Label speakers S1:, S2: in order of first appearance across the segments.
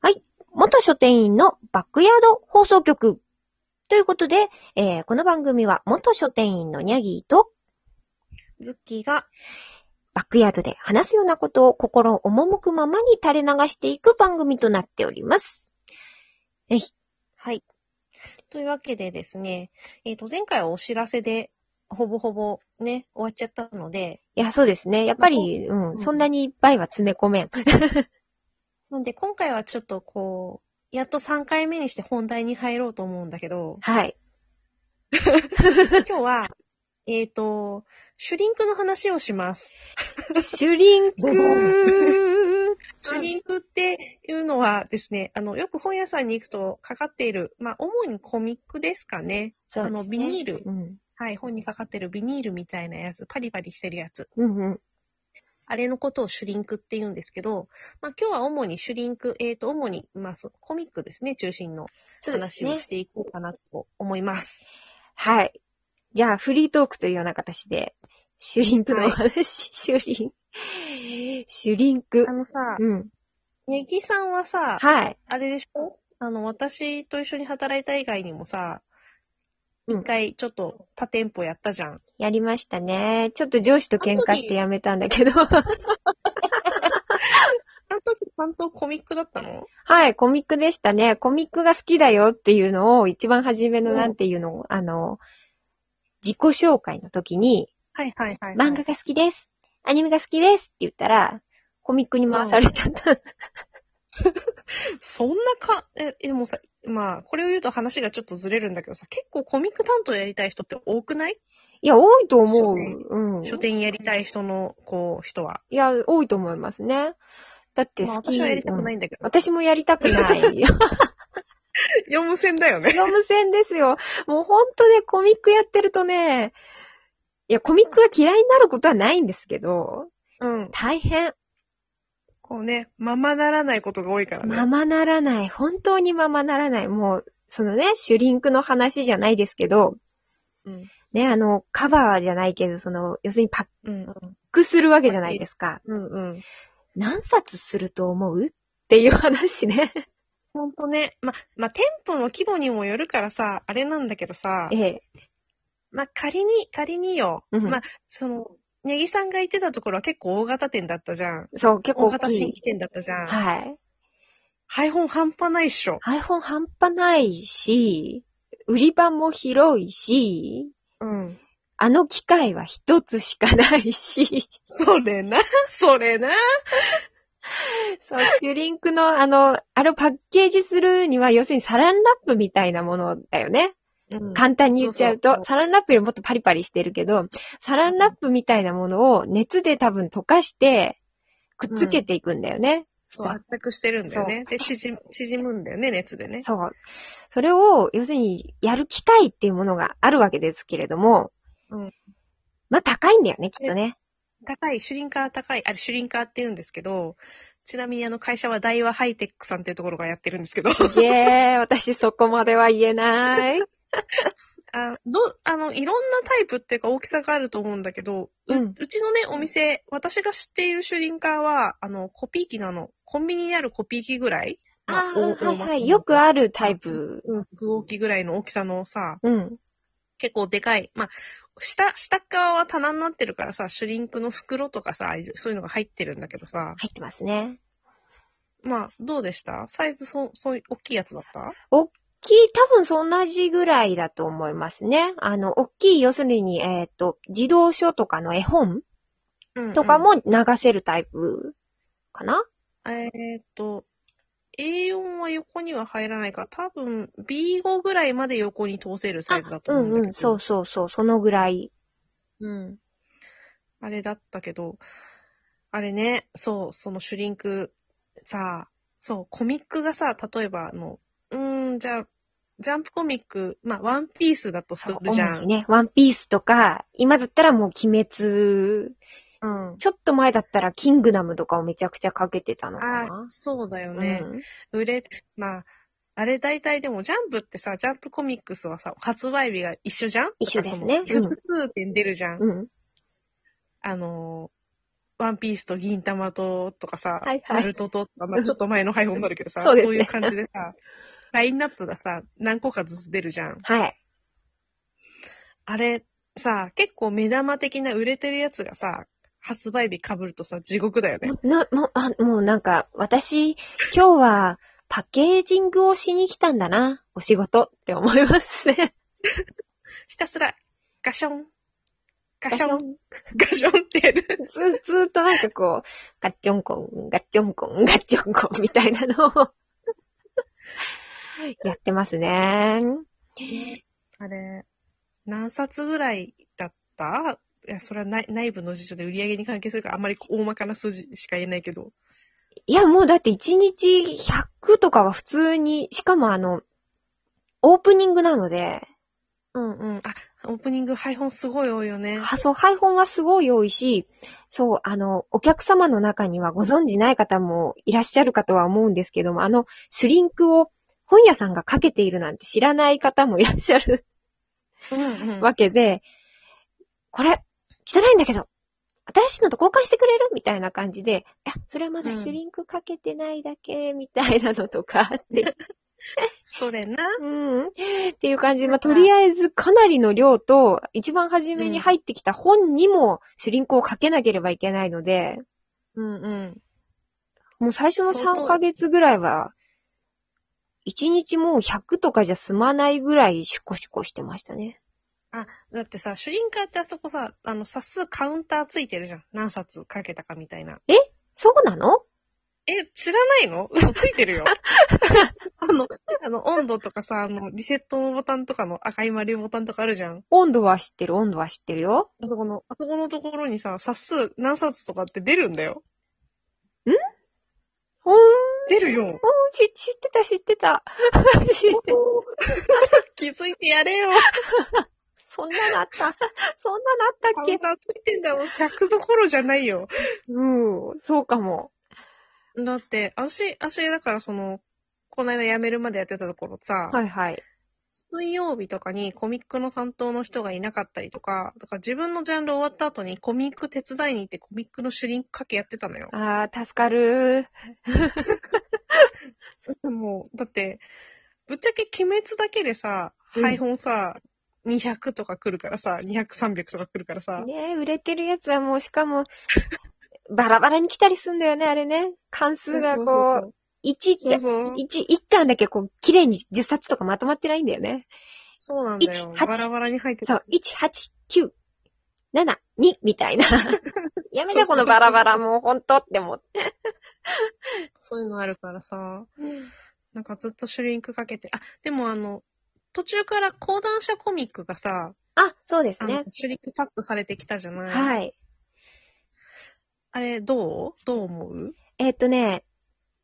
S1: はい。元書店員のバックヤード放送局。ということで、えーこの番組は元書店員のニャギーと
S2: ズッキーが、
S1: バックヤードで話すようなことを心赴くままに垂れ流していく番組となっております。
S2: はい。というわけでですね、えっ、と、前回はお知らせで、ほぼほぼね、終わっちゃったので、
S1: いや、そうですね。やっぱり、う、
S2: うんん
S1: そんなにいっぱいは詰め込めん。、
S2: なんで今回はちょっとこう、やっと3回目にして本題に入ろうと思うんだけど
S1: はい。
S2: 今日は、えっ、と、シュリンクの話をします。
S1: シュリンク。
S2: シュリンクっていうのはですね、あの、よく本屋さんに行くとかかっている、まあ、主にコミックですかね。
S1: そうですね
S2: あのビニール
S1: うん。
S2: はい、本にかかってるビニールみたいなやつ、パリパリしてるやつ。
S1: うんうん。
S2: あれのことをシュリンクって言うんですけど、まあ今日は主にシュリンク、えっ、と、主に、まあそコミックですね、中心の
S1: そうです
S2: 話を
S1: ね
S2: し。ていこうかなと思います。
S1: はい。じゃあ、フリートークというような形で、シュリンクのお話、 シュリン。シュリンク
S2: あ。のさ、
S1: うん。
S2: ネギさんはさ、
S1: はい。
S2: あれでしょあの、私と一緒に働いた以外にもさ、
S1: うん
S2: 一回ちょっと他店舗やったじゃん。
S1: やりましたね。ちょっと上司と喧嘩してやめたんだけど。
S2: あの時担当コミックだったの
S1: はい、コミックでしたね。コミックが好きだよっていうのを、一番初めの
S2: うん
S1: なんていうのを、あの、自己紹介の時に、
S2: はいはいはい、
S1: 漫画が好きです。アニメが好きですって言ったら、コミックに回されちゃった。
S2: そんなか、え、でもさ、まあ、これを言うと話がちょっとずれるんだけどさ、結構コミック担当やりたい人って多くない
S1: いや、多いと思う。
S2: 書店
S1: うん。
S2: 書店やりたい人の、こう、人は。
S1: いや、多いと思いますね。だって
S2: まあ
S1: 好き、
S2: 私はやりたくない
S1: うん
S2: んだけど。
S1: 私もやりたくない。業
S2: 読む線だよね。
S1: 務線ですよ。もうほんとね、コミックやってるとね、いや、コミックが嫌いになることはないんですけど、
S2: うん。
S1: 大変。
S2: こうね、ままならないことが多いからね。
S1: ままならない。本当にままならない。もう、そのね、シュリンクの話じゃないですけど、
S2: うん。
S1: ね、あの、カバーじゃないけど、その、要するにパッ
S2: うん。
S1: クするわけじゃないですか。
S2: うん。うん。
S1: 何冊すると思うっていう話 ね。
S2: ほんとね。ま、まあ、店舗の規模にもよるからさ、あれなんだけどさ
S1: え、え。
S2: まあ、仮に、仮によ。
S1: うん
S2: まあ、その、ネギさんが言ってたところは結構大型店だったじゃん。
S1: そう、結構
S2: 大
S1: 大
S2: 型
S1: きい
S2: 新規店だったじゃん。
S1: はい。
S2: 配本半端ないっしょ。
S1: iPhone 半端ないし、売り場も広いし、
S2: うん。
S1: あの機械は一つしかないし、
S2: それな、それな。
S1: そう、シュリンクのあの、あれをパッケージするには、要するにサランラップみたいなものだよね。
S2: うん
S1: 簡単に言っちゃうと、
S2: そうそうそう
S1: サランラップよりもっとパリパリしてるけど、サランラップみたいなものを熱で多分溶かして、くっつけていくんだよね。
S2: そう、圧迫してるんだよね。で、縮む、縮むんだよね、熱でね。
S1: そう。それを、要するに、やる機会っていうものがあるわけですけれども、
S2: うん
S1: まあ、高いんだよね、きっとね。
S2: 高い、シュリンカー高い、あれ、シュリンカーって言うんですけど、ちなみにあの会社は大和ハイテックさんっていうところがやってるんですけど、
S1: い えー、私そこまでは言えない。
S2: あどうあの、いろんなタイプっていうか大きさがあると思うんだけど、う
S1: うん
S2: うちのね、お店、私が知っているシュリンカーは、あの、コピー機なの、コンビニにあるコピー機ぐらい
S1: あ
S2: ま
S1: ー、
S2: 大
S1: は
S2: 大
S1: い
S2: ま
S1: は
S2: とめ
S1: い。よくあるタイプ。
S2: うん、具置きぐらいの大きさのさ、
S1: うん。
S2: 結構でかい。まあ、下、下側は棚になってるからさ、シュリンクの袋とかさ、そういうのが入ってるんだけどさ、
S1: 入ってますね。
S2: まあ、どうでしたサイズ、そう、そういう、大きいやつだった
S1: き、多分そんなじぐらいだと思いますね。あの、大きい、要するに、えっ、と、児童書とかの絵本
S2: うんうん
S1: とかも流せるタイプかな、
S2: えーっと、A4 は横には入らないから、多分 B5 ぐらいまで横に通せるサイズだと
S1: う
S2: 思うん
S1: ん
S2: だけど。
S1: うん、そうそうそう、そのぐらい。
S2: うん。あれだったけど、あれね、そう、そのシュリンク、さそう、コミックがさ、例えばあの、うーん、じゃあ、ジャンプコミック、まあ、ワンピースだとするじゃ
S1: 主
S2: ん。
S1: にね、ワンピースとか、今だったらもう鬼滅、
S2: うん。
S1: ちょっと前だったらキングダムとかをめちゃくちゃかけてたのか
S2: あ
S1: な
S2: あ、。そうだよ
S1: うん
S2: ね。売れ、まあ、あれ大体でもジャンプってさ、ジャンプコミックスはさ、発売日が一緒じゃん
S1: 一緒ですね
S2: 複数点出るじゃん。
S1: うん。
S2: あのワンピースと銀玉と、とかさ、
S1: はいはい
S2: ナルトと、とか、まあちょっと前の配本になるけどさ、
S1: そうですね
S2: いう感じでさ、ラインナップがさ、何個かずつ出るじゃん。
S1: はい。
S2: あれ、さ、結構目玉的な売れてるやつがさ、発売日被るとさ、地獄だよね。
S1: な、もう、あ、もうなんか、私、今日はパッケージングをしに来たんだな、お仕事って思いますね。
S2: ひたすら、ガション、ガ
S1: ガ
S2: シ
S1: シ
S2: ョ
S1: ョ
S2: ン、
S1: ン。
S2: ガションってやる。
S1: ず、ずっとなんかこう、ガッチョンコン、ガッチョンコン、ガッチョンコンみたいなのを、やってますね。
S2: あれ、何冊ぐらいだったいや、それは内内部の事情で売り上げに関係するから、あんまり大まかな数字しか言えないけど。
S1: いや、もうだって1日100とかは普通に、しかもあの、オープニングなので、
S2: うんうん。あ、オープニング配本すごい多いよね。
S1: はそう、配本はすごい多いし、そう、あの、お客様の中にはご存知ない方もいらっしゃるかとは思うんですけども、あの、シュリンクを本屋さんがかけているなんて知らない方もいらっしゃる
S2: うんうん。
S1: わけで、これ、汚いんだけど、新しいのと交換してくれるみたいな感じで、いや、それはまだシュリンクかけてないだけ、みたいなのとかって、
S2: それな。
S1: うん、っていう感じで、まあ、
S2: なん
S1: と
S2: か
S1: りあえずかなりの量と、一番初めに入ってきた本にもシュリンクをかけなければいけないので、
S2: うんうん。
S1: もう最初の
S2: 相当
S1: 3ヶ月ぐらいは、1日もう100とかじゃ済まないぐらいシュコシュコしてましたね。
S2: だってさ、シュリンカーってあそこさ、あの、冊数カウンターついてるじゃん。何冊かけたかみたいな。
S1: そうなの
S2: え、知らないの 嘘ついてるよ。あの、あの、温度とかさ、あの、リセットのボタンとかの赤い丸いボタンとかあるじゃん。
S1: 温度は知ってる、温度は知ってるよ。
S2: あそこの、あそこのところにさ、冊数何冊とかって出るんだよ。
S1: ほーん、
S2: 出るよ。
S1: 知知ってた、知ってた。知って
S2: 気づいてやれよ。
S1: そんなのあった。そんなのあったっ
S2: カウン
S1: け
S2: ターついてんだよ。100どころじゃないよ。
S1: うん、そうかも。
S2: だって、私、私、だからその、この間辞めるまでやってたところさ、
S1: はいはい。
S2: 水曜日とかにコミックの担当の人がいなかったりとか、だから自分のジャンル終わった後にコミック手伝いに行ってコミックの主輪かけやってたのよ。
S1: あー、助かる
S2: もう、だって、ぶっちゃけ鬼滅だけでさ、
S1: うん
S2: 配本さ、200とか来るからさ、200、300とか来るからさ、
S1: ねえ売れてるやつはもう、しかも、 バラバラに来たりすんだよね、あれね。関数がこう、1って、
S2: そうそう
S1: 1、1巻だけこう、綺麗に10冊とかまとまってないんだよね。
S2: そうなんだよ。
S1: 1 8
S2: バラバラに入って
S1: そ
S2: た。
S1: う、1、8、9、7、2みたい な。やめて、このバラバラもう、ほんとって思って。
S2: そういうのあるからさ、なんかずっとシュリンクかけて、あ、でもあの、途中から講談社コミックがさ、
S1: あ、そうです
S2: あ
S1: ね。
S2: のシュリンクパックされてきたじゃない、い、
S1: はい。
S2: あれ、どうどう思う
S1: えっとね、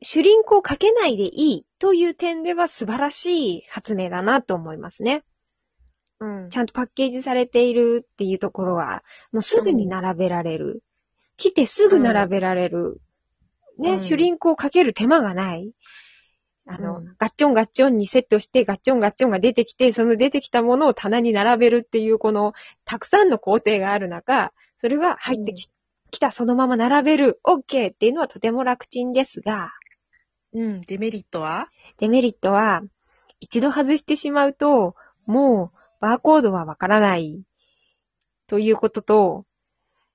S1: 主輪をかけないでいいという点では素晴らしい発明だなと思いますね。
S2: うん
S1: ち。ゃんとパッケージされているっていうところは、もうすぐに並べられる。来てすぐ並べられる。ね、
S2: うん
S1: 主輪をかける手間がない。あの、
S2: うん
S1: ガッチョンガッチョンにセットして、ガッチョンガッチョンが出てきて、その出てきたものを棚に並べるっていう、この、たくさんの工程がある中、それが入ってき,、きたそのまま並べる、OK っていうのはとても楽ちんですが、
S2: うん、デメリットは
S1: デメリットは、一度外してしまうと、もうバーコードはわからない。ということと、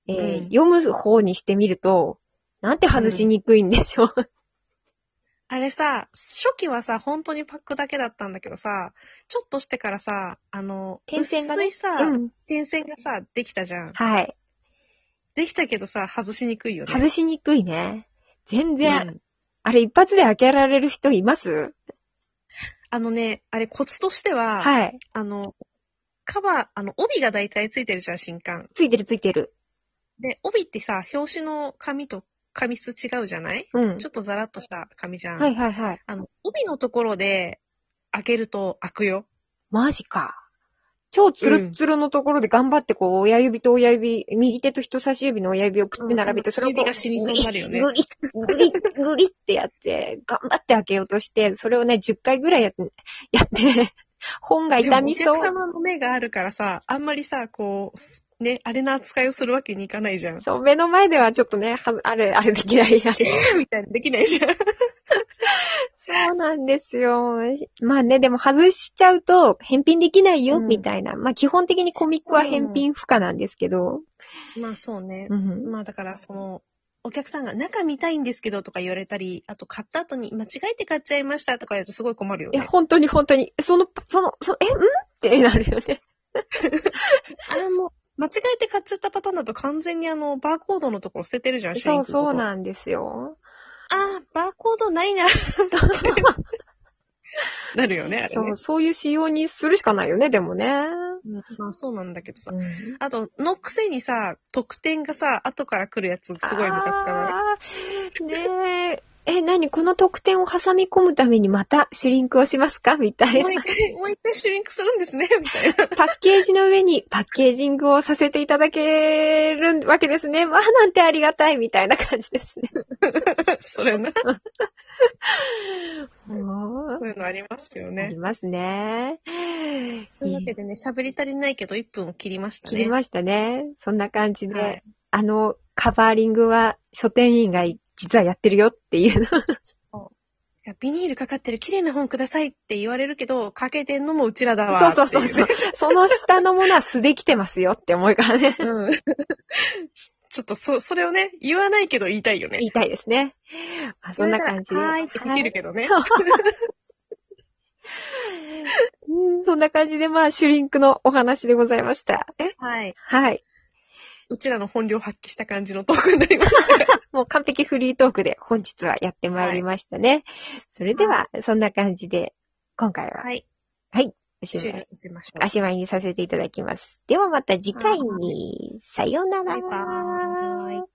S1: えー
S2: うん
S1: 読む方にしてみると、なんて外しにくいんでしょう。
S2: あれさ、初期はさ、本当にパックだけだったんだけどさ、ちょっとしてからさ、あの、
S1: 点線がね
S2: 薄いさ、
S1: うん。
S2: 点線がさ、できたじゃ ん。
S1: はい。
S2: できたけどさ、外しにくいよね。
S1: 外しにくいね。全然、
S2: うん
S1: あれ一発で開けられる人います
S2: あのね、あれコツとしては、
S1: はい。
S2: あの、カバー、あの、帯が大体ついてるじゃん、新刊。
S1: ついてるついてる。
S2: で、帯ってさ、表紙の紙と紙質違うじゃない
S1: うん
S2: ち。ょっとザラッとした紙じゃん。
S1: はいはいはい。
S2: あの、帯のところで開けると開くよ。
S1: マジか。超ツルッツルのところで頑張ってこう、親指と親指、右手と人差し指の親指をくって並べて、
S2: うん
S1: それをこう
S2: 指が死にそうになるよね
S1: グリッ、グリッ、グリッってやって、頑張って開けようとして、それをね、10回ぐらいやって、やって、本が
S2: でも
S1: 痛みそ
S2: お客
S1: う。
S2: 様の目があるからさ、あんまりさ、こう、すね、あれの扱いをするわけにいかないじゃん。
S1: そう、目の前ではちょっとね、はあれ、あれできない、あれ。
S2: みたいにできないじゃん。
S1: そうなんですよ。まあね、でも外しちゃうと、返品できないよ、
S2: うん
S1: みたいな。まあ基本的にコミックは返品不可なんですけど。
S2: まあそうね。
S1: うん。
S2: まあだから、その、お客さんが中見たいんですけどとか言われたり、あと買った後に間違えて買っちゃいましたとか言うとすごい困るよ
S1: いや、
S2: ね。
S1: 本当に本当に、その、その、そえ、んってなるよね。
S2: あれも、間違えて買っちゃったパターンだと完全にあの、バーコードのところ捨ててるじゃん、シュリ
S1: そ
S2: ン
S1: う
S2: クのこと
S1: そうなんですよ。
S2: あー、バーコードないな。 なるよね、あれね。
S1: そう、そういう仕様にするしかないよね、でもね。
S2: うんまあそうなんだけどさ。あと、のくせにさ、得点がさ、後から来るやつすごいムカつかない。
S1: あーねえ。え、何この特典を挟み込むためにまたシュリンクをしますかみたいな
S2: もう。一回、もう一回シュリンクするんで すね、みたいな。
S1: パッケージの上にパッケージングをさせていただけるわけですね。まあ、なんてありがたいみたいな感じですね。
S2: それな、
S1: あ
S2: そういうのありますよね
S1: り。ますね。
S2: というわけでね、喋り足りないけど1分を切りましたね。
S1: 切りましたね。そんな感じで、
S2: はい
S1: あの、カバーリングは書店員が実はやってるよっていう の。
S2: いやビニールかかってる綺麗な本くださいって言われるけど、かけてんのもうちらだわ。
S1: そうそうそうそう
S2: ってい。
S1: その下のものは素できてますよって思うからね。
S2: うね。うん。 ちょっとそ、それをね、言わないけど言いたいよね。
S1: 言いたいですね。まあ、そんな感じで。
S2: 言われたらはーいってかけるけどね。
S1: うん、そんな感じで、まあ、シュリンクのお話でございました。
S2: はい。
S1: はい。
S2: うちらの本領発揮した感じのトークになりました。
S1: もう完璧フリートークで本日はやってまいりましたね。それでは、そんな感じで、今回は
S2: はい。
S1: おし
S2: 終
S1: ま
S2: 了
S1: い、
S2: しましょう
S1: お。しまいにさせていただきます。ではまた次回に、さようなら。
S2: バイバーイ